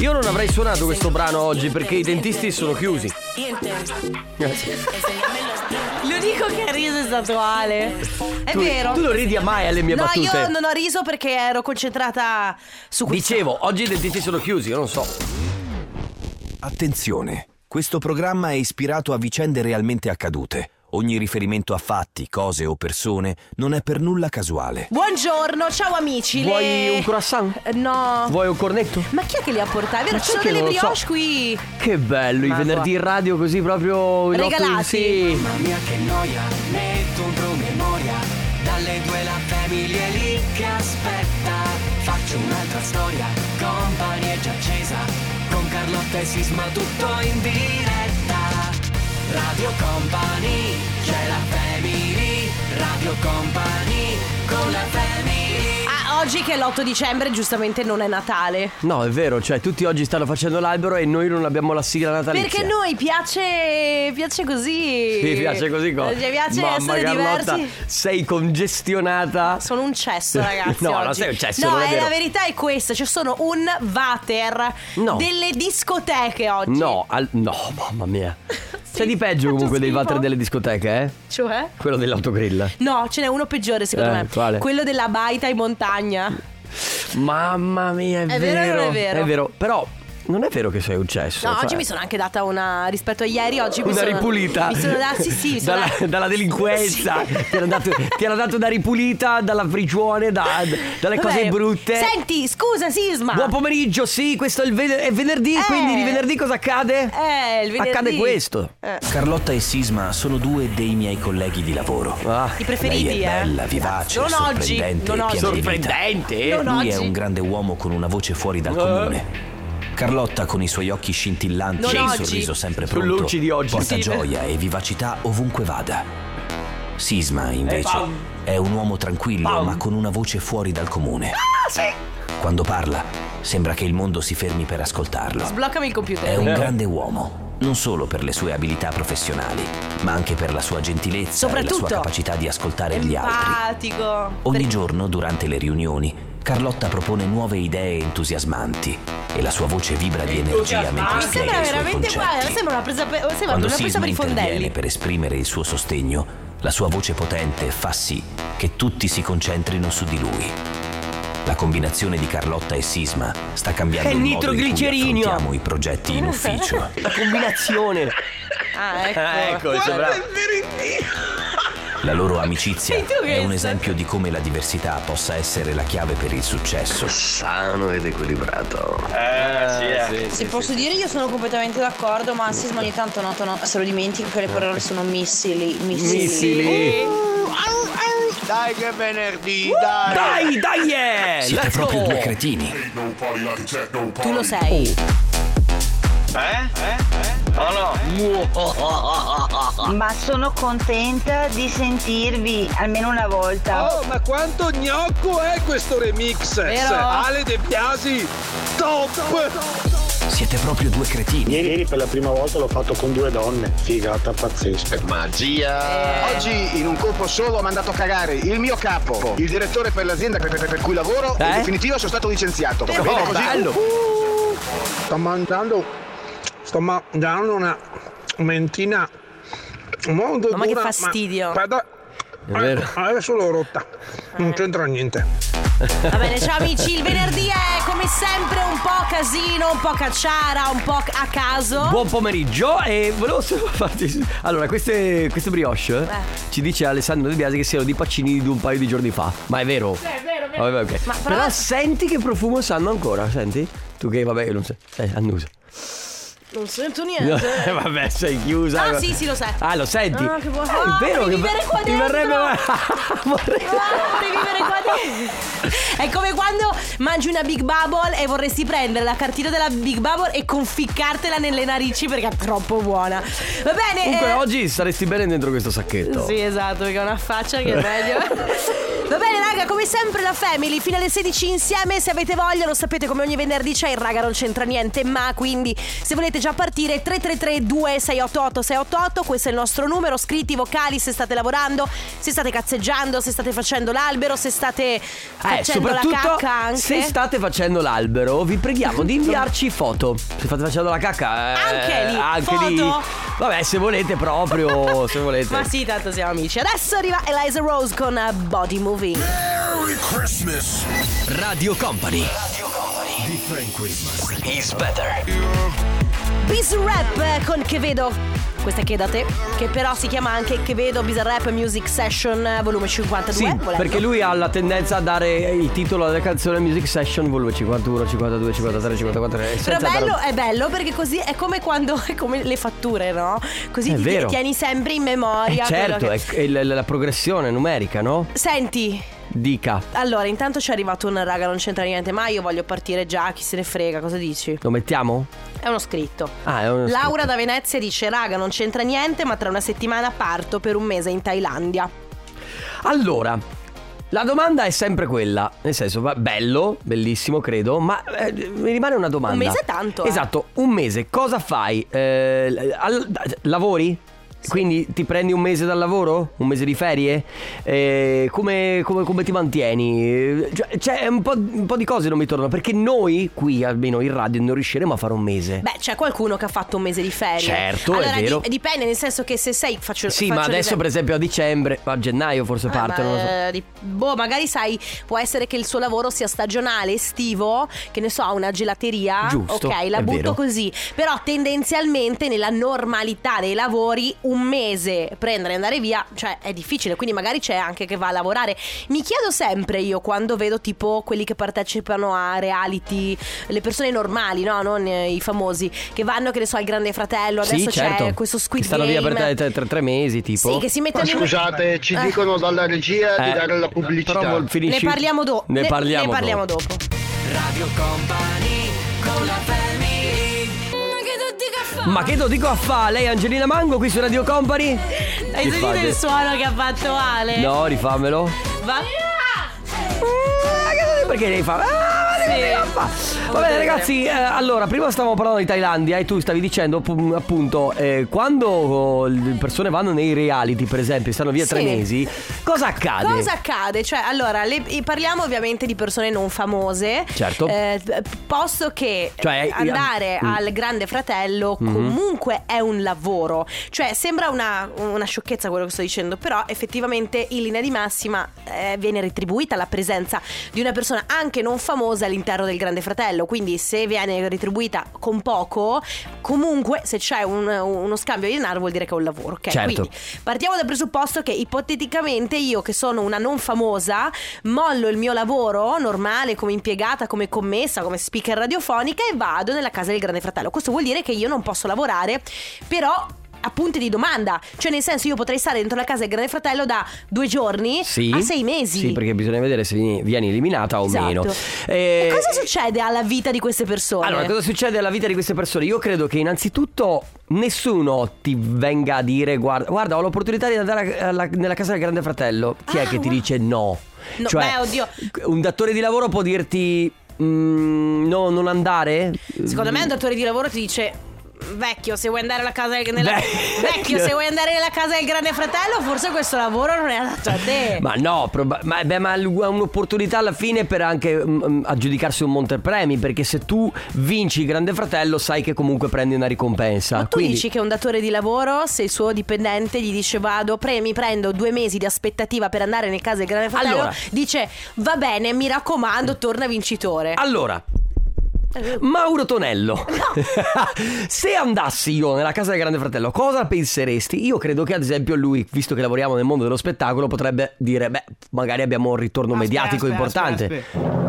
Io non avrei suonato questo brano oggi perché i dentisti sono chiusi. L'unico che ha riso è stato Ale. È Tu- vero. Tu non ridi mai alle mie no, battute. io non ho riso perché ero concentrata su questo. Dicevo, oggi i dentisti sono chiusi, io non so. Attenzione, questo programma è ispirato a vicende realmente accadute. Ogni riferimento a fatti, cose o persone non è per nulla casuale. Buongiorno, ciao amici. Vuoi le- un croissant? Eh, No. Vuoi un cornetto? Ma chi è che li ha portati? È Vero, Ma ci sai sono che delle non lo so. brioche qui. Che bello, Ma i venerdì in radio così proprio in otto- Regalati. Sì. Ah, oggi che è l'8 dicembre, giustamente non è Natale. No, è vero, cioè tutti oggi stanno facendo l'albero e noi non abbiamo la sigla natalizia. Perché a noi piace, piace così. Ti piace così cosa? Ci piace Mamma essere Carlotta, diversi. sei congestionata. Sono un cesso, ragazzi. No, non oggi. sei un cesso, No, non è eh, vero. la verità è questa: ci sono un vater No. delle discoteche oggi. No, al- no, mamma mia. C'è di peggio faccio comunque dei schifo. vater delle discoteche, eh? Cioè? Quello dell'autogrill. No, ce n'è uno peggiore, secondo Eh, me. quale? Quello della baita in montagna. Mamma mia, è, È vero o vero. non è vero? però non è vero che sei un cesso. No, cioè, oggi mi sono anche data una. Rispetto a ieri, oggi mi Una sono. ripulita. Mi sono data. Sì, sì, mi sono dalla, data- dalla delinquenza. Ti, hanno dato, ti hanno dato una ripulita, dalla prigione, da- dalle Vabbè. cose brutte. Senti, scusa, Sisma. Buon pomeriggio, sì, questo è, il ven- è venerdì, Eh. quindi di venerdì cosa accade? Eh, il venerdì. Accade questo. Eh, Carlotta e Sisma sono due dei miei colleghi di lavoro. Ah, I preferiti, Lei è eh. bella, vivace, Non oggi. sorprendente Non e oggi. piena di vita. sorprendente. Non Lui è oggi. un grande uomo con una voce fuori Eh? dal comune. Carlotta con i suoi occhi scintillanti Non e il oggi. sorriso sempre Più pronto lucidi oggi. porta Sì. gioia e vivacità ovunque vada. Sisma, invece, Eh, pam. è un uomo tranquillo Pam. ma con una voce fuori dal comune. Ah, sì. Quando parla, sembra che il mondo si fermi per ascoltarlo. Sbloccami il computer. È un Eh. grande uomo, non solo per le sue abilità professionali, ma anche per la sua gentilezza e la Soprattutto sua capacità di ascoltare gli altri. Empatico. Ogni giorno, durante le riunioni, Carlotta propone nuove idee entusiasmanti e la sua voce vibra di energia mentre Mi sembra spiega i suoi veramente guarda, concetti. sembra una presa per, sembra Quando una presa Sisma per i interviene fondelli. per esprimere il suo sostegno, la sua voce potente fa sì che tutti si concentrino su di lui. La combinazione di Carlotta e Sisma sta cambiando È il modo in cui nitroglicerinio. affrontiamo i progetti in ufficio. La combinazione. Ah, ecco. Eh, La loro amicizia Sei tu è un questo? esempio di come la diversità possa essere la chiave per il successo. Se posso dire io sono completamente d'accordo, ma Sisma ogni tanto noto, no, se lo dimentico che le parole sono missili, missili. Missili. Uh, Dai che è venerdì, dai! Dai, dai, yeah. Siete Let's proprio go. due cretini. Tu lo sei. Oh, Ma sono contenta di sentirvi almeno una volta. Oh, ma quanto gnocco è questo remix? eh, Vero? Ale De Biasi, top! Siete proprio due cretini. Ieri, ieri per la prima volta l'ho fatto con due donne, figata pazzesca. Magia! Eh. Oggi in un colpo solo ho mandato a cagare il mio capo, il direttore per l'azienda per, per- per cui lavoro e Eh? in definitiva sono stato licenziato. Eh, Oh, Bene così? bello. Sto mangiando, sto mangiando una mentina molto Ma che dura, fastidio. guarda, eh, È vero. Adesso l'ho rotta, non c'entra niente. Va bene, ciao amici. Il venerdì è come sempre un po' casino, un po' cacciara, un po' a caso. Buon pomeriggio e volevo solo farti... Allora, queste, queste brioche eh, Eh. ci dice Alessandro De Biasi che siano di Pacini di un paio di giorni fa. Ma è vero? Sì, è vero, Ma però... però- senti che profumo sanno ancora, senti? Tu che vabbè, non sai, eh, annusa. Non sento No, niente. eh, vabbè, sei chiusa. Ah, sì, sì, lo sento. Ah, lo senti? Ah, che buono. Eh, è vero Ah, che devi vivere qua ti dentro. verrebbe vorrei- Ah, devi vivere qua dentro. È come quando mangi una Big Bubble e vorresti prendere la cartina della Big Bubble e conficcartela nelle narici perché è troppo buona. Va bene. Comunque eh, oggi saresti bene dentro questo sacchetto. Eh, Sì, esatto, perché ha una faccia che è meglio. Va bene, raga, come sempre la family, fino alle 16 insieme, se avete voglia, lo sapete come ogni venerdì c'è il raga non c'entra niente, ma quindi se volete già partire 333 2688 688, questo è il nostro numero, scritti vocali se state lavorando, se state cazzeggiando, se state facendo l'albero, se state Eh, facendo la soprattutto cacca anche. se state facendo l'albero, vi preghiamo di inviarci foto. Se state facendo la cacca, eh, Anche lì, anche foto? lì. Vabbè, se volete proprio, se volete. Ma sì, tanto siamo amici. Adesso arriva Eliza Rose con eh, Body Moving. Radio Company. It's better. Biz Rap eh, con Che Vedo. Questa è che da te, che però si chiama anche Che Vedo Biz Rap Music Session eh, volume 52. Sì, volendo. perché lui ha la tendenza a dare il titolo alla canzone Music Session volume 51, 52, 53, 54. eh, Però senza bello, dar- è bello perché così è come quando è come le fatture, no? Così È ti vero. tieni sempre in Eh, memoria. quello certo, che- è, è la, la progressione numerica, no? Senti, Dica, allora intanto ci è arrivato un raga, non c'entra niente, ma io voglio partire già, chi se ne frega, cosa dici? lo mettiamo? È uno scritto. Ah, è uno Laura da Venezia dice raga non c'entra niente ma tra una settimana parto per un mese in Thailandia. Allora, la domanda è sempre quella, nel senso, va- bello, bellissimo credo, ma eh, mi rimane una domanda. Un mese è tanto, eh. Esatto, un mese, cosa fai? Eh, l- al- da- lavori? Quindi ti prendi un mese dal lavoro? Un mese di ferie? Eh, come, come- come ti mantieni? Eh, Cioè, c'è un po', un po' di cose non mi tornano, perché noi qui, almeno in radio, non riusciremo a fare un mese. Beh, c'è qualcuno che ha fatto un mese di ferie. Certo, è allora, di- vero. dipende, nel senso che se sei faccio sì, faccio ma adesso per esempio l'esempio. a dicembre, a gennaio forse Ah, partono. non lo so. ma, eh, di- boh, magari sai, può essere che il suo lavoro sia stagionale, estivo, che ne so, ha una gelateria. Giusto, ok, la è butto vero. così. Però tendenzialmente nella normalità dei lavori un mese prendere e andare via, cioè è difficile, quindi magari c'è anche che va a lavorare. Mi chiedo sempre io quando vedo tipo quelli che partecipano a reality, le persone normali, no, non eh, i famosi, che vanno che ne so al Grande Fratello, adesso sì, certo. c'è questo Squid Che stanno Game. via per tre, tre- tre mesi, tipo. Sì, che si Ma mettono in- scusate, ci dicono dalla regia di Eh, dare la pubblicità. però vol- Ne finisci- parliamo, do- Ne parliamo, ne parliamo dopo. Ma che lo dico a fa? Lei è Angelina Mango qui su Radio Company? Hai Mi sentito fate- il suono che ha fatto Ale? No, rifammelo. Ah, Va- Perché devi fare? Ah, ma che lo dico a fa? Va bene ragazzi, eh, allora prima stavamo parlando di Thailandia e tu stavi dicendo pu- appunto eh, quando le persone vanno nei reality per esempio, stanno via Sì. tre mesi, cosa accade? Cosa accade? Cioè, allora, le- parliamo ovviamente di persone non famose. Certo. Eh, posto che Cioè, andare mm. Mhm. al Grande Fratello comunque è un lavoro. Cioè, sembra una, una sciocchezza quello che sto dicendo, però effettivamente in linea di massima eh, viene retribuita la presenza di una persona anche non famosa all'interno del Grande Fratello. Quindi se viene retribuita con poco, comunque se c'è un- uno scambio di denaro vuol dire che è un lavoro. Ok, Certo. quindi Partiamo dal presupposto che ipoteticamente io che sono una non famosa mollo il mio lavoro normale come impiegata, come commessa, come speaker radiofonica e vado nella casa del grande fratello. Questo vuol dire che io non posso lavorare, però a punti di domanda, cioè nel senso io potrei stare dentro la casa del grande fratello da due giorni Sì. a sei mesi. Sì, perché bisogna vedere se vieni, vieni eliminata o Esatto. meno. E Eh, cosa succede alla vita di queste persone? Allora, cosa succede alla vita di queste persone? Io credo che innanzitutto nessuno ti venga a dire guarda, guarda ho l'opportunità di andare a- alla- nella casa del grande fratello. Chi Ah, è che ti wow. dice no? Cioè, No, beh, oddio. Un datore di lavoro può dirti "Mm, no, non andare? Secondo Ehm, me un datore di lavoro ti dice Vecchio, se vuoi andare alla casa del nella- Beh. Vecchio, se vuoi andare nella casa del grande fratello, forse questo lavoro non è adatto a te. Ma no, proba- ma, beh, ma è un'opportunità alla fine per anche mm, mm, aggiudicarsi un montepremi, perché se tu vinci il Grande Fratello sai che comunque prendi una ricompensa. Ma tu Quindi- dici che un datore di lavoro, se il suo dipendente gli dice vado, pre- mi prendo due mesi di aspettativa per andare nel caso del grande fratello, Allora. dice va bene, mi raccomando, torna vincitore. Allora. Mauro Tonello, se andassi io nella casa del Grande Fratello, cosa penseresti? Io credo che, ad esempio, lui, visto che lavoriamo nel mondo dello spettacolo, potrebbe dire: Beh, magari abbiamo un ritorno mediatico importante.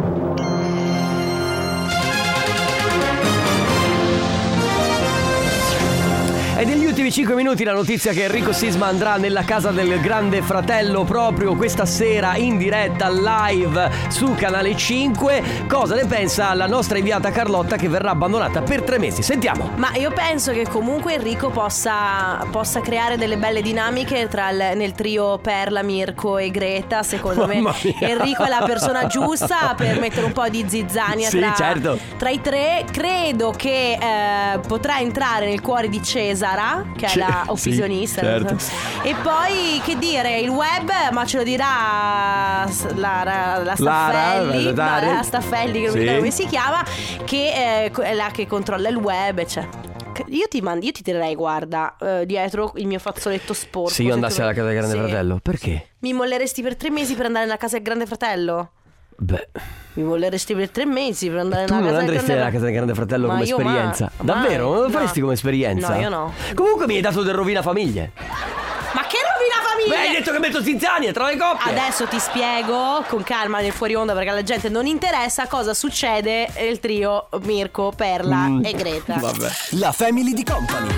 È degli ultimi prossimi 5 minuti la notizia che Enrico Sisma andrà nella casa del grande fratello proprio questa sera in diretta live su Canale 5. Cosa ne pensa la nostra inviata Carlotta che verrà abbandonata per tre mesi? Sentiamo. Ma io penso che comunque Enrico possa, possa creare delle belle dinamiche tra il- nel trio Perla, Mirko e Greta. Secondo me Mamma mia. Enrico è la persona giusta per mettere un po' di zizzania Sì, tra, certo. tra i tre. Credo che eh, potrà entrare nel cuore di Cesara, che è Ce- la sì, certo. offisionista. non so. E poi che dire, il web, ma ce lo dirà s- la, la, la Lara, Staffelli, la- la- la Staffelli, che non Sì. mi ricordo come si chiama, che eh, co- è la che controlla il web, cioè. Che- Io ti, mand- io ti tirerei, guarda, eh, dietro il mio fazzoletto sporco. Se io andassi tu- alla casa del grande Sì. fratello, perché? Mi molleresti per tre mesi per andare nella casa del grande fratello? Beh, Mi molleresti per tre mesi per andare tu non nella Eh, casa del andresti grande nella casa del grande fratello Ma come io ma- esperienza? mai. Davvero? Non lo No. faresti come esperienza? No, io no. Comunque mi hai dato del rovina famiglie. Ma che rovina Beh, famiglia! hai detto che metto Zinzania tra le coppie. Adesso ti spiego con calma nel fuori onda perché alla gente non interessa cosa succede nel trio Mirko, Perla Mm. e Greta. La Family di Company.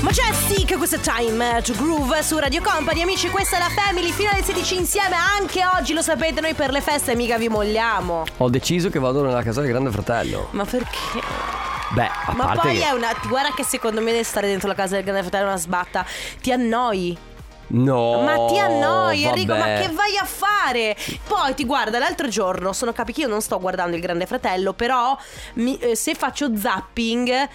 Majestic, questa è Time to Groove su Radio Company. Amici, questa è la Family, fino alle 16 insieme anche oggi, lo sapete, noi per le feste mica vi molliamo. Ho deciso che vado nella casa del grande fratello. Ma perché? Beh, a Ma parte poi che... è una. Guarda che secondo me stare dentro la casa del grande fratello è una sbatta. Ti annoi. No. Ma ti annoi, Enrico, ma Oh, vabbè. che vai a fare? Poi ti guarda, l'altro giorno sono capi che io non sto guardando il Grande Fratello, però mi- eh, se faccio zapping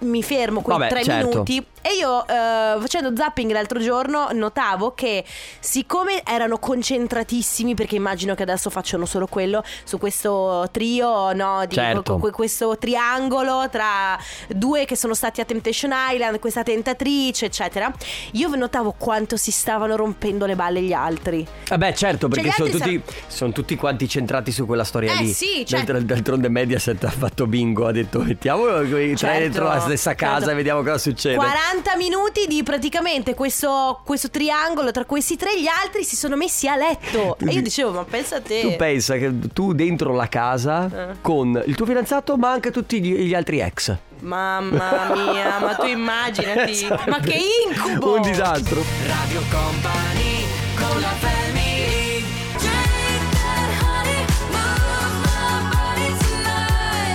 mi fermo quei Vabbè, tre certo. minuti e io eh, facendo zapping l'altro giorno notavo che siccome erano concentratissimi perché immagino che adesso facciano solo quello su questo trio no, di Certo. que- questo triangolo tra due che sono stati a Temptation Island, questa tentatrice, eccetera. Io notavo quanto si stavano rompendo le balle gli altri. Eh beh, certo, perché Cioè, gli sono, altri tutti, sono tutti quanti centrati su quella storia Eh, lì. sì, cioè- D'altro- D'altronde Mediaset ha fatto bingo, ha detto mettiamo i tre Certo, dentro la stessa certo. casa e vediamo cosa succede. 40 minuti di praticamente questo, questo triangolo tra questi tre e gli altri si sono messi a letto. E io dicevo, ma pensa a te. Tu pensa che tu dentro la casa Ah. con il tuo fidanzato ma anche tutti gli, gli altri ex. Mamma mia, ma tu immaginati. Sarebbe ma che incubo! Un disastro.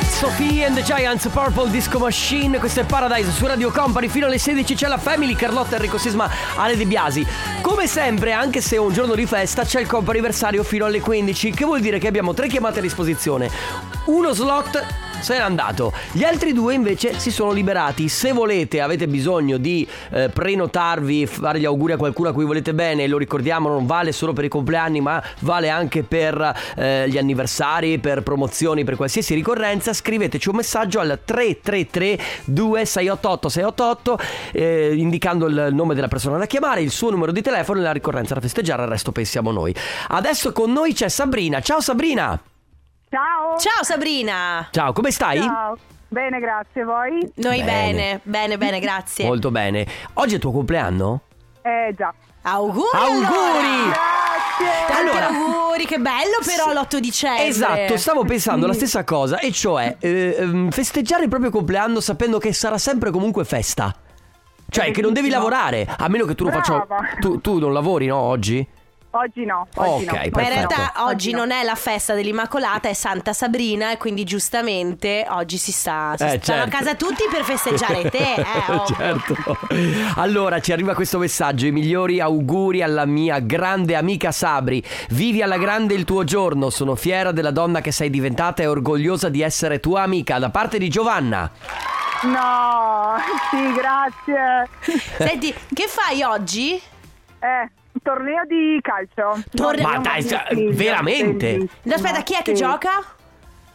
Sophie and the Giants Purple Disco Machine, questo è Paradise su Radio Company, fino alle 16 c'è la Family, Carlotta, Enrico Sisma, Ale De Biasi. Come sempre, anche se è un giorno di festa, c'è il comp'anniversario fino alle 15, che vuol dire che abbiamo tre chiamate a disposizione. Uno slot se n'è andato, gli altri due invece si sono liberati. Se volete, avete bisogno di eh, prenotarvi, fare gli auguri a qualcuno a cui volete bene, lo ricordiamo, non vale solo per i compleanni, ma vale anche per eh, gli anniversari, per promozioni, per qualsiasi ricorrenza, scriveteci un messaggio al 333 2688 688 eh, indicando il nome della persona da chiamare, il suo numero di telefono e la ricorrenza da festeggiare, al resto pensiamo noi. Adesso con noi c'è Sabrina. Ciao Sabrina! Ciao. Ciao Sabrina! Ciao, come stai? Ciao. Bene, grazie. Voi? Noi Bene. bene, bene, bene, grazie. Molto bene. Oggi è il tuo compleanno? Eh già. Auguri! Auguri! allora! Grazie. Tanti Allora- auguri, che bello però l'8 dicembre. Mm. Esatto, stavo pensando la stessa cosa, e cioè eh, ehm, festeggiare il proprio compleanno sapendo che sarà sempre comunque festa. Eh, Cioè, che non devi lavorare, a meno che tu non faccia. Brava. Tu, tu non lavori, no? Oggi? Oggi no. Oggi Ok, no. Ma in Perfetto. realtà oggi no. non è la festa dell'Immacolata, è Santa Sabrina e quindi giustamente oggi si sta si Eh, stanno certo. a casa tutti per festeggiare te, eh, ovvio. certo. Allora, ci arriva questo messaggio: i migliori auguri alla mia grande amica Sabri. Vivi alla grande il tuo giorno. Sono fiera della donna che sei diventata e orgogliosa di essere tua amica. Da parte di Giovanna. No. Sì, grazie. Senti, che fai oggi? Eh, torneo di calcio. Torneo- Ma dai, cioè, Bellissimo, veramente? bellissimo, Aspetta, chi è che sì. gioca?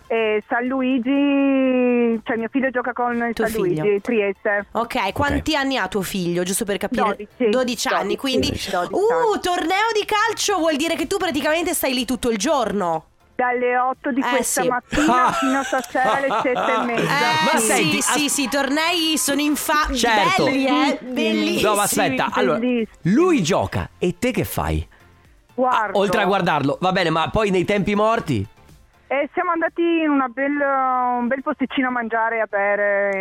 Eh, San Luigi, cioè mio figlio gioca con il Tuo San figlio. Luigi, Trieste. Ok, quanti anni ha tuo figlio, giusto per capire? 12. 12 Oh, anni, 12, quindi 12 Uh, anni. torneo di calcio vuol dire che tu praticamente stai lì tutto il giorno. Dalle 8 di Eh, questa sì. mattina fino a stasera alle 7 e Eh, mezza. ma sì, senti, sì, as- sì, i tornei sono infatti Certo. belli, eh, Bellissimi. bellissimi. No, ma aspetta, allora, bellissimi. lui gioca e te che fai? Ah, Guardo. Oltre a guardarlo, va bene, ma poi nei tempi morti? E siamo andati in una bella- un bel posticino a mangiare e a bere.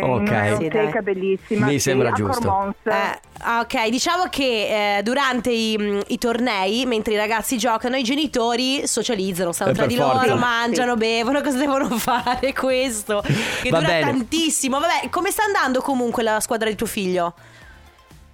Ok. In una Sì, biblioteca dai. bellissima. Mi sì, sembra a giusto. Cormons. Eh, ah, ok, diciamo che eh, durante i, mh, i tornei, mentre i ragazzi giocano, i genitori socializzano, stanno Eh, tra per di forza. loro, mangiano, bevono, cosa devono fare questo? Che Va dura bene. tantissimo. Vabbè, come sta andando comunque la squadra di tuo figlio?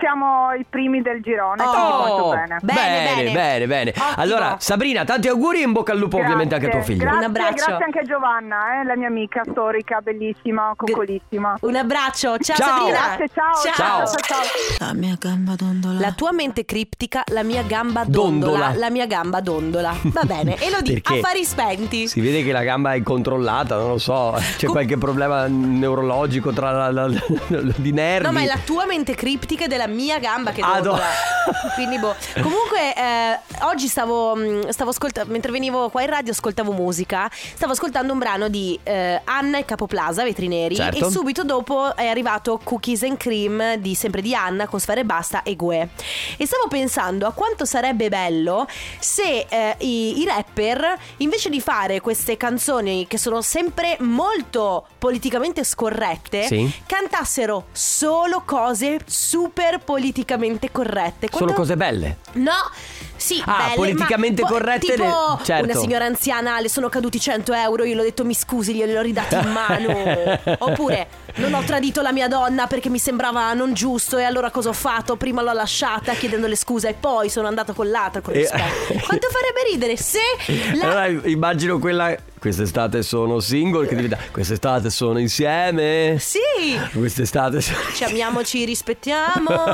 Siamo i primi del girone, Oh, quindi molto bene. Bene, bene, bene. bene, bene. Allora, Sabrina, tanti auguri e in bocca al lupo ovviamente anche a tuo figlio. Grazie, Un abbraccio. Grazie anche a Giovanna, eh, la mia amica storica, bellissima, coccolissima. Un abbraccio, ciao, Ciao. Sabrina. Grazie, ciao, ciao, La mia gamba dondola. La tua mente criptica, la mia gamba dondola. Dondola. La mia gamba dondola. Va bene, e lo dico Perché? affari spenti. Si vede che la gamba è incontrollata, non lo so, c'è qualche problema neurologico tra la, la- la- di nervi. No, ma è la tua mente criptica della mia gamba che Ah, dondola. no. Quindi boh. Comunque eh, oggi stavo mh, stavo ascoltando mentre venivo qua in radio ascoltavo musica, stavo ascoltando un brano di eh, Anna e Capoplaza Vetrineri Certo. e subito dopo è arrivato Cookies and Cream di sempre di Anna con Sfere Basta e Gue. E stavo pensando a quanto sarebbe bello se eh, i, i rapper invece di fare queste canzoni che sono sempre molto politicamente scorrette Sì. cantassero solo cose super politicamente corrette. Sono Quanto- cose belle. No, sì, Ah, belle, politicamente ma- po- corrette Tipo le- certo. una signora anziana, le sono caduti 100 euro, io le ho detto mi scusi, glieli ho ridati in mano. Oppure non ho tradito la mia donna perché mi sembrava non giusto e allora cosa ho fatto? Prima l'ho lasciata chiedendole scusa e poi sono andato con l'altra con E- rispetto. Quanto farebbe ridere se Eh. la... Allora immagino quella quest'estate sono single che diventa quest'estate sono insieme. Sì! Quest'estate sono Ci amiamoci, rispettiamo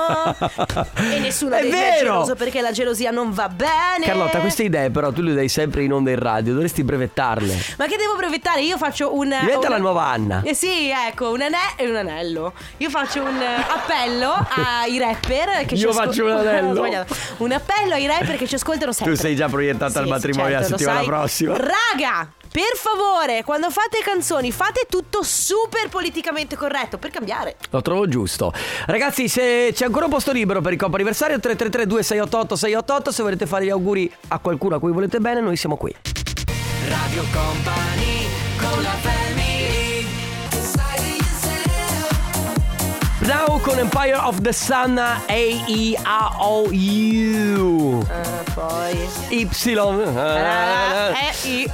e nessuno È dei due vero! geloso perché la gelosia non va bene. Carlotta, queste idee però tu le dai sempre in onda in radio, dovresti brevettarle. Ma che devo brevettare? Io faccio un. Diventa un- la nuova Anna. Eh sì, ecco, un, ane- eh, un anello. Io faccio un eh, appello ai rapper che Io ci ascol- faccio un anello. Ho sbagliato. un appello ai rapper che ci ascoltano sempre. Tu sei già proiettata Sì, al sì, matrimonio certo, la lo settimana sai. prossima. Raga, per favore, quando fate canzoni, fate tutto super politicamente corretto per cambiare. Lo trovo giusto. Ragazzi, se c'è ancora un posto libero per il Coppa Anniversario 333 2688 688, se volete fare gli auguri a qualcuno a cui volete bene, noi siamo qui. Radio Company con la Now con Empire of the Sun A-E-A-O-U poi Y Ah, Eh, io,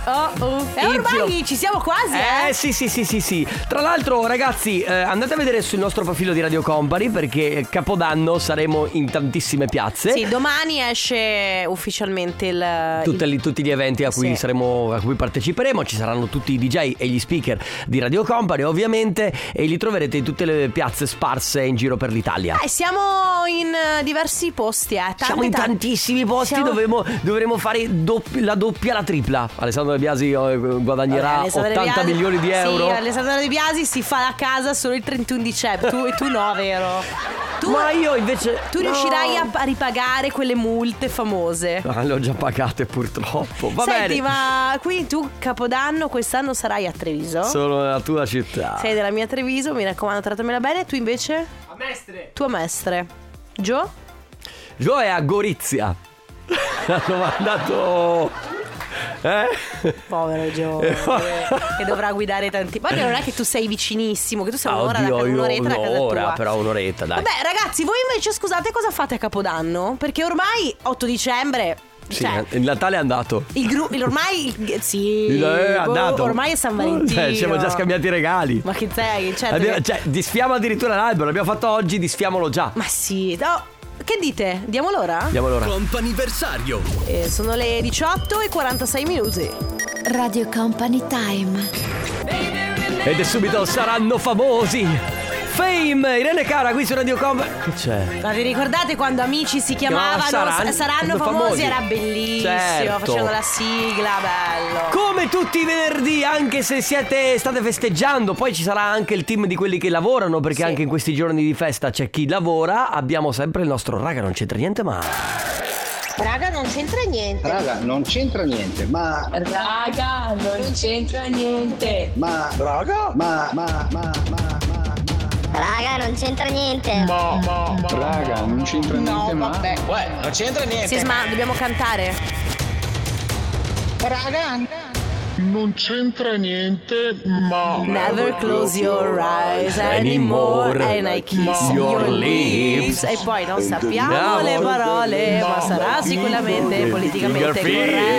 oh, eh, ormai Ipsilo. ci siamo quasi, eh? Eh sì sì sì sì sì Tra l'altro ragazzi eh, andate a vedere sul nostro profilo di Radio Company Perché Capodanno saremo in tantissime piazze Sì, domani esce ufficialmente il, Tutte li- tutti gli eventi a cui, Sì. saremo, a cui parteciperemo, ci saranno tutti i DJ e gli speaker di Radio Company ovviamente e li troverete in tutte le piazze sparse in giro per l'Italia. Eh, siamo in eh, diversi posti, eh. Tanti, Siamo in tanti. tantissimi posti, Siamo- dovremo, dovremo fare doppi- la doppia, la tripla. Alessandro De Biasi eh, Vabbè, guadagnerà Alessandra 80 De Biasi- milioni di euro. Sì, Alessandro De Biasi si fa la casa solo il 31 dicembre. Tu, e tu no, vero? Tu, Ma io invece... tu no. riuscirai a, a ripagare quelle multe famose. Ah, le ho già pagate purtroppo. Va bene. Senti, ma quindi tu Capodanno quest'anno sarai a Treviso? Sono nella tua città. Sei della mia Treviso, mi raccomando, trattamela bene. Tu invece? A Mestre. Tu a Mestre. Gio? Gio è a Gorizia. Hanno mandato... Eh? Povero Gio, che dovrà guidare tanti. Poi non è che tu sei vicinissimo, che tu sei Ah, un'ora da oddio, io un'oretta da casa un'ora, tua. però un'oretta, dai. Vabbè, ragazzi, voi invece scusate cosa fate a Capodanno? Perché ormai 8 dicembre. Sì, eh. cioè, il Natale è andato. il gru- il- ormai. il- sì, Il- "Eh, è boh, andato. ormai è San Valentino. Cioè, ci siamo già scambiati i regali. Ma che sei? Certo Abbiamo- che- cioè, disfiamo addirittura l'albero. L'abbiamo fatto oggi, disfiamolo già. Ma sì, no, Che dite? Diamo l'ora? Andiamo allora. Comp'anniversario Eh, sono le 18 e 46 minuti. Radio Company Time. Ed è subito saranno famosi. Fame, Irene Cara qui su Radio Com. Che c'è? Ma vi ricordate quando Amici si chiamavano? No, saran- S- saranno famosi. famosi, era bellissimo, Certo. facevano la sigla, bello. Come tutti i venerdì, anche se siete state festeggiando, poi ci sarà anche il team di quelli che lavorano, perché anche in questi giorni di festa c'è chi lavora, abbiamo sempre il nostro raga, non c'entra niente, ma Raga, non c'entra niente. Raga, non c'entra niente, ma... Raga, non c'entra niente. Ma... Raga? Ma... Ma... Ma... Ma... Raga, non c'entra niente. Raga, non c'entra niente, ma... Uè, non c'entra niente. Sisma, dobbiamo cantare. Raga, Non c'entra niente, ma... Never close your eyes anymore and I kiss your lips. E poi non sappiamo le parole, ma sarà sicuramente politicamente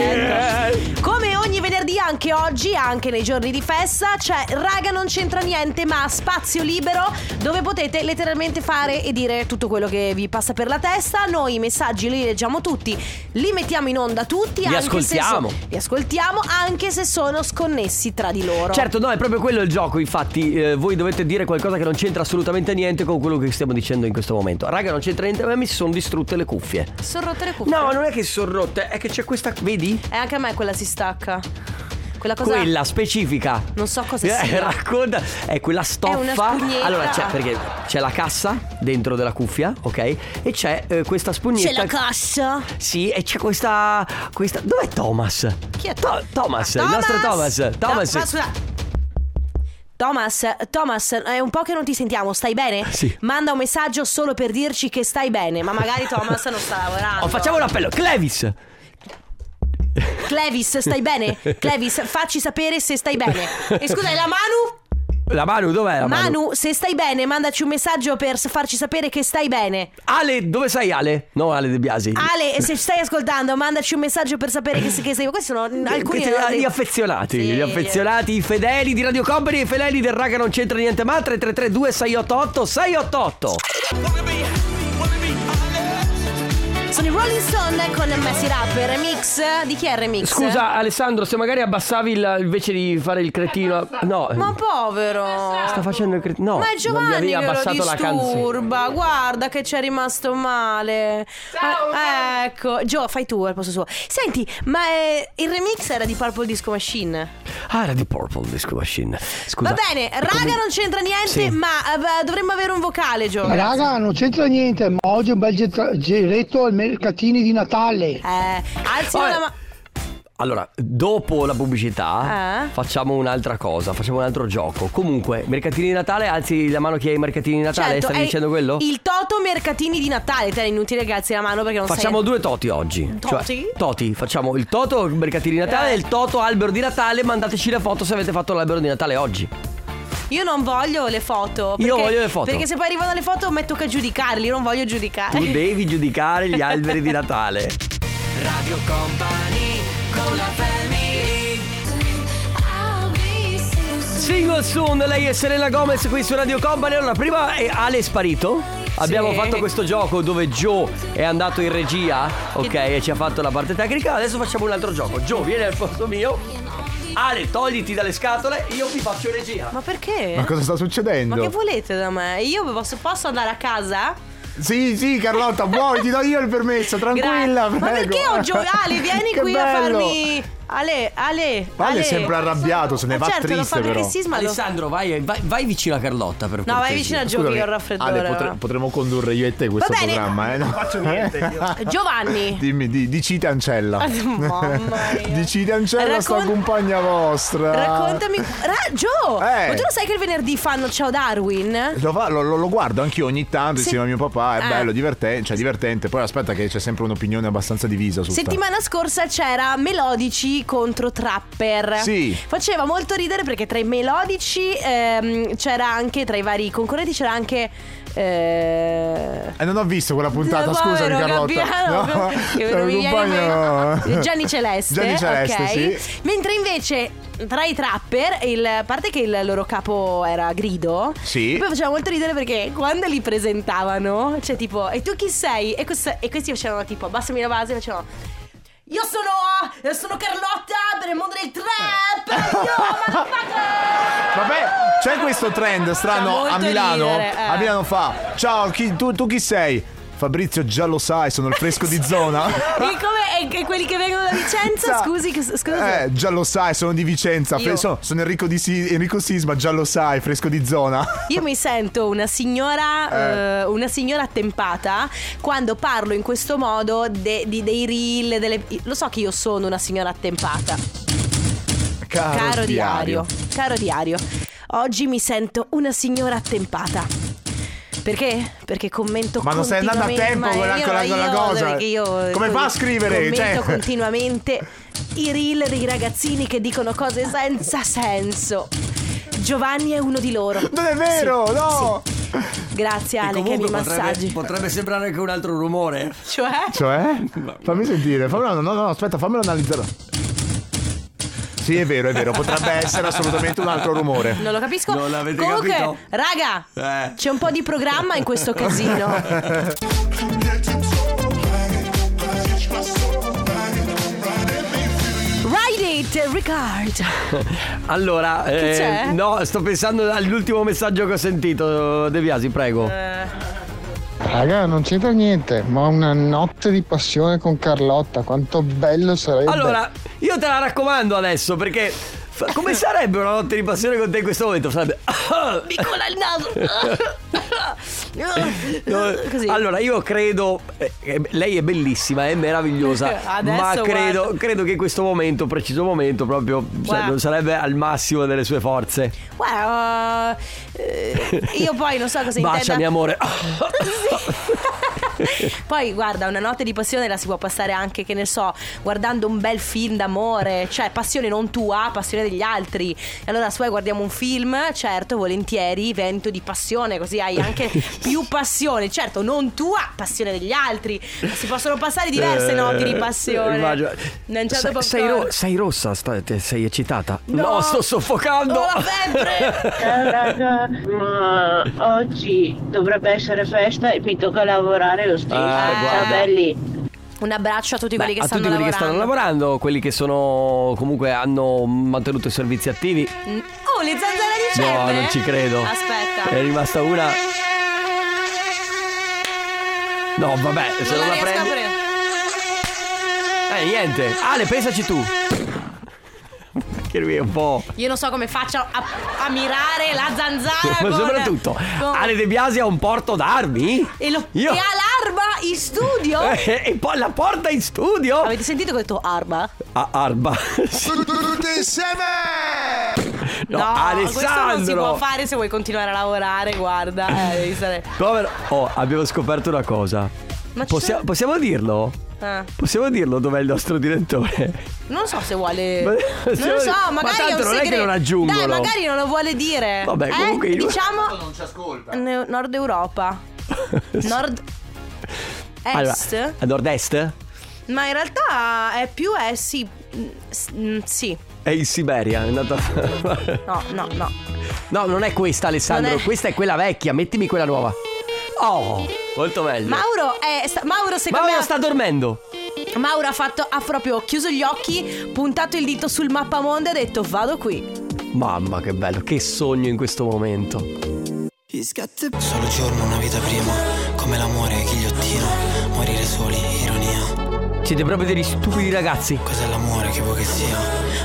corretto. Come ogni venerdì, anche oggi, anche nei giorni di festa, c'è Raga non c'entra niente, ma spazio libero dove potete letteralmente fare e dire tutto quello che vi passa per la testa. Noi i messaggi li leggiamo tutti, li mettiamo in onda tutti. anche se ascoltiamo. so- li ascoltiamo anche se sono sconnessi tra di loro. Certo, no, è proprio quello il gioco, infatti eh, voi dovete dire qualcosa che non c'entra assolutamente niente con quello che stiamo dicendo in questo momento. Raga, non c'entra niente, ma mi si sono distrutte le cuffie. Sono rotte le cuffie. No, non è che si sono rotte, è che c'è questa, vedi? E anche a me quella si stacca. Quella cosa. Quella specifica. Non so cosa Eh, sia. racconta, è quella stoffa. spugnetta. allora c'è perché c'è la cassa dentro della cuffia, ok? E c'è eh, questa spugnetta. C'è la cassa? Sì, e c'è questa. questa. Dov'è Thomas? Chi è To- Thomas, il nostro Thomas. To- Thomas. ma scusa. Thomas, Thomas, è un po' che non ti sentiamo, stai bene? Sì. Manda un messaggio solo per dirci che stai bene, ma magari Thomas non sta lavorando. Oh, facciamo un appello. Clevis! Clevis, stai bene? Clevis, facci sapere se stai bene. E scusa, e la Manu? La Manu, dov'è la Manu? Manu, se stai bene, mandaci un messaggio per s- farci sapere che stai bene. Ale, dove sei Ale? No, Ale De Biasi. Ale, se ci stai ascoltando, mandaci un messaggio per sapere che, che sei. Questi sono alcuni Che- dei- gli affezionati, Sì. gli affezionati, i fedeli di Radio Company, i fedeli del raga non c'entra niente ma 3332 688 688. Sono i Rolling Stone con Messi Rap, remix. Di chi è il remix? Scusa Alessandro, se magari abbassavi il, invece di fare il cretino. No. Ma povero. Sta facendo il cretino. No. Ma è non mi Giovanni avevi che lo abbassato la canzone. disturba. Guarda che c'è rimasto male. Eh, ecco, Gio, fai tu al posto suo. Senti, ma eh, il remix era di Purple Disco Machine. Ah, era di Purple Disco Machine. Scusa. Va bene, raga, non c'entra niente, Sì. ma eh, beh, dovremmo avere un vocale, Gio. Raga, non c'entra niente, ma oggi è un bel getra- giretto al mercatini di Natale. Eh, alzino Vabbè. la mano. Allora, dopo la pubblicità Eh? facciamo un'altra cosa, facciamo un altro gioco. Comunque, mercatini di Natale, alzi la mano chi è i mercatini di Natale, Certo, stavi eh, dicendo quello? Il Toto Mercatini di Natale. Te è inutile che alzi la mano perché non Facciamo sai. due toti oggi. Cioè, Toti? toti, facciamo il toto mercatini di Natale e il toto albero di Natale. Mandateci le foto se avete fatto l'albero di Natale oggi. Io non voglio le foto. Io perché- voglio le foto. Perché se poi arrivano le foto, mi tocca giudicarli. Io non voglio giudicare. Tu devi giudicare gli alberi di Natale. Radio Company con la family Single soon, lei è Serena Gomez qui su Radio Company. Allora, prima è Ale è sparito. Abbiamo fatto questo gioco dove Joe è andato in regia, ok, e ci ha fatto la parte tecnica. Adesso facciamo un altro gioco. Joe, vieni al posto mio. Ale, togliti dalle scatole, io vi faccio regia. Ma perché? Ma cosa sta succedendo? Ma che volete da me? Io posso, posso andare a casa? Sì, sì, Carlotta, vuoi? Ti do io il permesso, tranquilla. Ma prego. perché ho Gio- Ale, vieni Che qui a bello. farmi. Ale, Ale. Ale è sempre arrabbiato, se ne Eh, va certo, lo fa triste perché però. si sma- Alessandro, Alessandro, vai, vai, vai vicino a Carlotta per No, vai cortesia. vicino a Gio, Scusami, che ho il raffreddore. Ale, va. potre- potremmo condurre io e te questo bene. programma, eh? No? faccio niente io. Giovanni. Dimmi, di, dicite Ancella. Ah, Mamma mia. dicite Ancella, sta Raccon- compagna vostra. Raccontami. Ra- Gio, Eh. ma tu lo sai che il venerdì fanno Ciao Darwin? Lo, fa- lo- lo- lo guardo anch'io ogni tanto Se- insieme a mio papà, è Ah. bello, divertente, cioè divertente. Poi aspetta che c'è sempre un'opinione abbastanza divisa su sta- Settimana scorsa c'era Melodici contro Trapper. Sì. Faceva molto ridere perché tra i Melodici ehm, c'era anche, tra i vari concorrenti c'era anche... eh, Eh, non ho visto quella puntata, Povero scusami Carlotta. Gabbiano, No, che c'è non un mi viene compagno- mai- Gianni Celeste. Gianni Celeste, ok. sì. Mentre invece tra i trapper, il- a parte che il loro capo era Grido, Sì. poi faceva molto ridere perché quando li presentavano, cioè tipo, e tu chi sei? E, quest- e questi facevano tipo, abbassami la base, facevano... Io sono, eh, sono Carlotta per il mondo del Eh. trap. Io, Vabbè, c'è questo trend Fa strano molto a Milano. ridere, eh. A Milano fa: Ciao, chi- tu, tu chi sei? Fabrizio, già lo sai, sono il fresco di zona. Esatto. ma- e, come, e- e quelli che vengono da Vicenza, scusi, che- scusa. Eh, già lo sai, sono di Vicenza. fre- Io. sono, sono Enrico, di Si- Enrico Sisma, già lo sai, fresco di zona. Io mi sento una signora, Eh. eh, una signora attempata quando parlo in questo modo de- di- dei reel. delle- Lo so che io sono una signora attempata. Caro, diario. Caro diario. Oggi mi sento una signora attempata. Perché? Perché commento Ma non stai andando a continuamente- tempo ma con la- io- con la- con la io- cosa. perché io Come fa a scrivere? Commento Cioè- continuamente i reel dei ragazzini che dicono cose senza senso. Giovanni è uno di loro. Non è vero, Sì, no! sì. Grazie Ale che mi Comunque potrebbe, massaggi. potrebbe sembrare anche un altro rumore. Cioè? Cioè? Fammi sentire, fammelo, no, no, no, aspetta, fammelo analizzare. Sì, è vero, è vero, potrebbe essere assolutamente un altro rumore. Non lo capisco. Non l'avete Comunque, capito? raga, Eh. c'è un po' di programma in questo casino. Ride it, Ricard. Allora, eh, Che c'è? no, sto pensando all'ultimo messaggio che ho sentito, De Biasi, prego. Eh, Raga, non c'entra niente, ma una notte di passione con Carlotta, quanto bello sarebbe. Allora, io te la raccomando adesso perché fa- come sarebbe una notte di passione con te in questo momento? Sarebbe Mi cola il No, naso. Così. Allora, io credo. eh, eh, lei è bellissima, è meravigliosa. Adesso, ma credo, guarda. credo che in questo momento, preciso momento, proprio cioè, Guarda. non sarebbe al massimo delle sue forze. Guarda, eh, io poi non so cosa intenda. Baciami, amore. Poi guarda, una notte di passione la si può passare anche, che ne so, guardando un bel film d'amore, cioè passione non tua, passione degli altri. E allora se poi guardiamo un film, certo, volentieri, vento di passione, così hai anche più passione, certo, non tua, passione degli altri. Ma Si possono passare diverse Eh, notti di passione. immagino. Non c'è sei, dopo sei ro- sei rossa, sta- te- sei eccitata. No, sto soffocando. Ho Oh, la Ciao raga, ma oggi dovrebbe essere festa e mi tocca lavorare lo stesso. Ah, Ciao guarda. belli. Un abbraccio a tutti quelli che a tutti stanno quelli che lavorando. stanno lavorando, quelli che sono comunque hanno mantenuto i servizi attivi. Oh, le zanzare di No, Cerve? non ci credo. Eh, Aspetta. È rimasta una. No, vabbè, se non la riesco a prendi. aprire. Eh, niente. Ale, pensaci tu. Che lui è un po'. Io non so come faccio a, a mirare la zanzara. Ma con- soprattutto, con- Ale De Biasi ha un porto d'armi? E, lo, Io- e ha l'arba in studio. Eh, e poi la porta in studio? Avete sentito che ho detto arba? A Arba. Tutti insieme! No, No, questo non si Alessandro! può fare se vuoi continuare a lavorare, guarda. Eh, devi stare. Povero. Oh, abbiamo scoperto una cosa. Ma ci Possiamo- sono- possiamo dirlo? Ah, Possiamo dirlo dov'è il nostro direttore? non lo so se vuole. Ma- Non lo so, Ma magari. è un tanto non è che segreto. non aggiungono. Dai, magari non lo vuole dire. Vabbè, Eh, comunque io- Diciamo. Non ci ascolta. Nord Europa. Nord. Est. Allora, a nord-est? Ma in realtà è più eh sì. mm, s- mm, Sì. È in Siberia, è andata. No, no, no. no, non è questa, Alessandro. Non è- Questa è quella vecchia. Mettimi quella nuova. Oh, molto meglio. Mauro è sta- Mauro secondo Mauro me sta dormendo. Mauro ha fatto ha proprio chiuso gli occhi, puntato il dito sul mappamondo e ha detto "Vado qui". Mamma, che bello. Che sogno in questo momento. Solo giorno, una vita prima, come l'amore, ghigliottina, morire soli, ironia. Siete proprio degli stupidi ragazzi. Cos'è l'amore che vuoi che sia?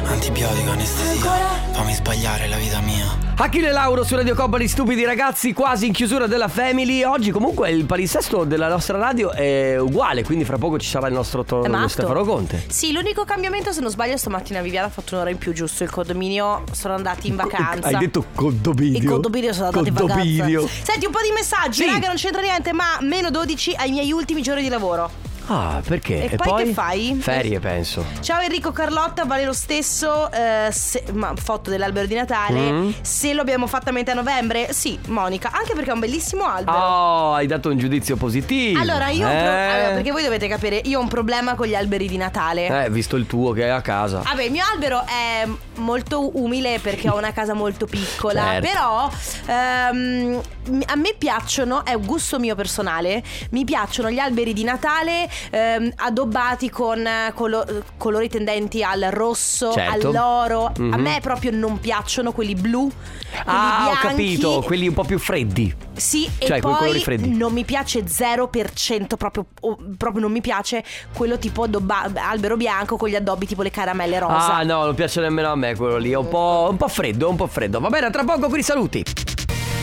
Antibiotico, anestesia. Fammi sbagliare la vita mia. Achille Lauro su Radio Company, stupidi ragazzi, quasi in chiusura della Family. Oggi comunque il palinsesto della nostra radio è uguale, quindi fra poco ci sarà il nostro È matto. torno Stefano Conte. Sì, l'unico cambiamento se non sbaglio stamattina Viviana ha fatto un'ora in più giusto il condominio, sono andati in vacanza. Hai detto condominio. Il condominio sono andato in vacanza. Condominio. Senti un po' di messaggi, raga, non c'entra niente, ma meno 12 ai miei ultimi giorni di lavoro. Ah, perché? E poi che fai? Ferie, penso. Ciao Enrico Carlotta, vale lo stesso eh, se- ma, foto dell'albero di Natale. Mm. Se l'abbiamo fatta a metà novembre? Sì, Monica, anche perché è un bellissimo albero. Oh, hai dato un giudizio positivo. Allora, io ho eh? un pro- allora, perché voi dovete capire, io ho un problema con gli alberi di Natale. Eh, visto il tuo che è a casa. Vabbè, il mio albero è molto umile perché ho una casa molto piccola. Certo. Però ehm, mi- a me piacciono, è un gusto mio personale. Mi piacciono gli alberi di Natale ehm, addobbati con eh, colo- colori tendenti al rosso, Certo. all'oro. A Mhm. me proprio non piacciono quelli blu. Quelli ah, bianchi. ho capito, quelli un po' più freddi. Sì, Cioè, quei e colori poi freddi. non mi piace 0%, proprio, o- proprio non mi piace quello tipo addobba- albero bianco con gli addobbi tipo le caramelle rosa. Ah, no, non piace nemmeno a me quello lì. È un po', un po' freddo, un po' freddo. Va bene, a tra poco qui saluti.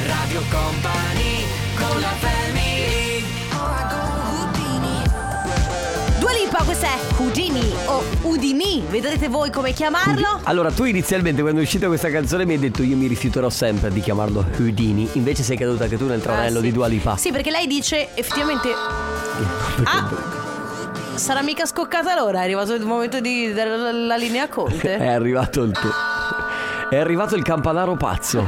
Radio Company con la family. Dua Lipa, questo è Houdini o Udini, vedrete voi come chiamarlo. Allora, tu inizialmente quando è uscita questa canzone mi hai detto io mi rifiuterò sempre di chiamarlo Houdini. Invece sei caduta anche tu nel tranello Ah, sì. di Dua Lipa. Sì, perché lei dice effettivamente... Ah, Sarà mica scoccata l'ora, è arrivato il momento di dare la- la linea a Conte. È arrivato il tuo. È arrivato il campanaro pazzo.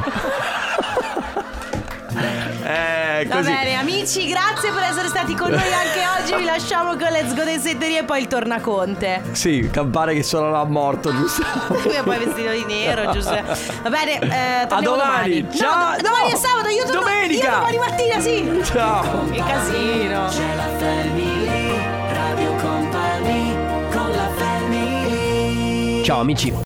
eh, Va bene, amici, grazie per essere stati con noi anche oggi. Vi lasciamo con Let's Go dei Setterie e poi il Tornaconte. Sì, campare che suonano a morto, giusto? Lui è poi vestito di nero, giusto? Va bene, eh, torniamo A domani. domani. Ciao. No, do- domani è No. sabato, io torno Domenica. Io domani mattina, sì. Ciao. Che casino. C'è la family, Radio Company, con la family. Ciao amici.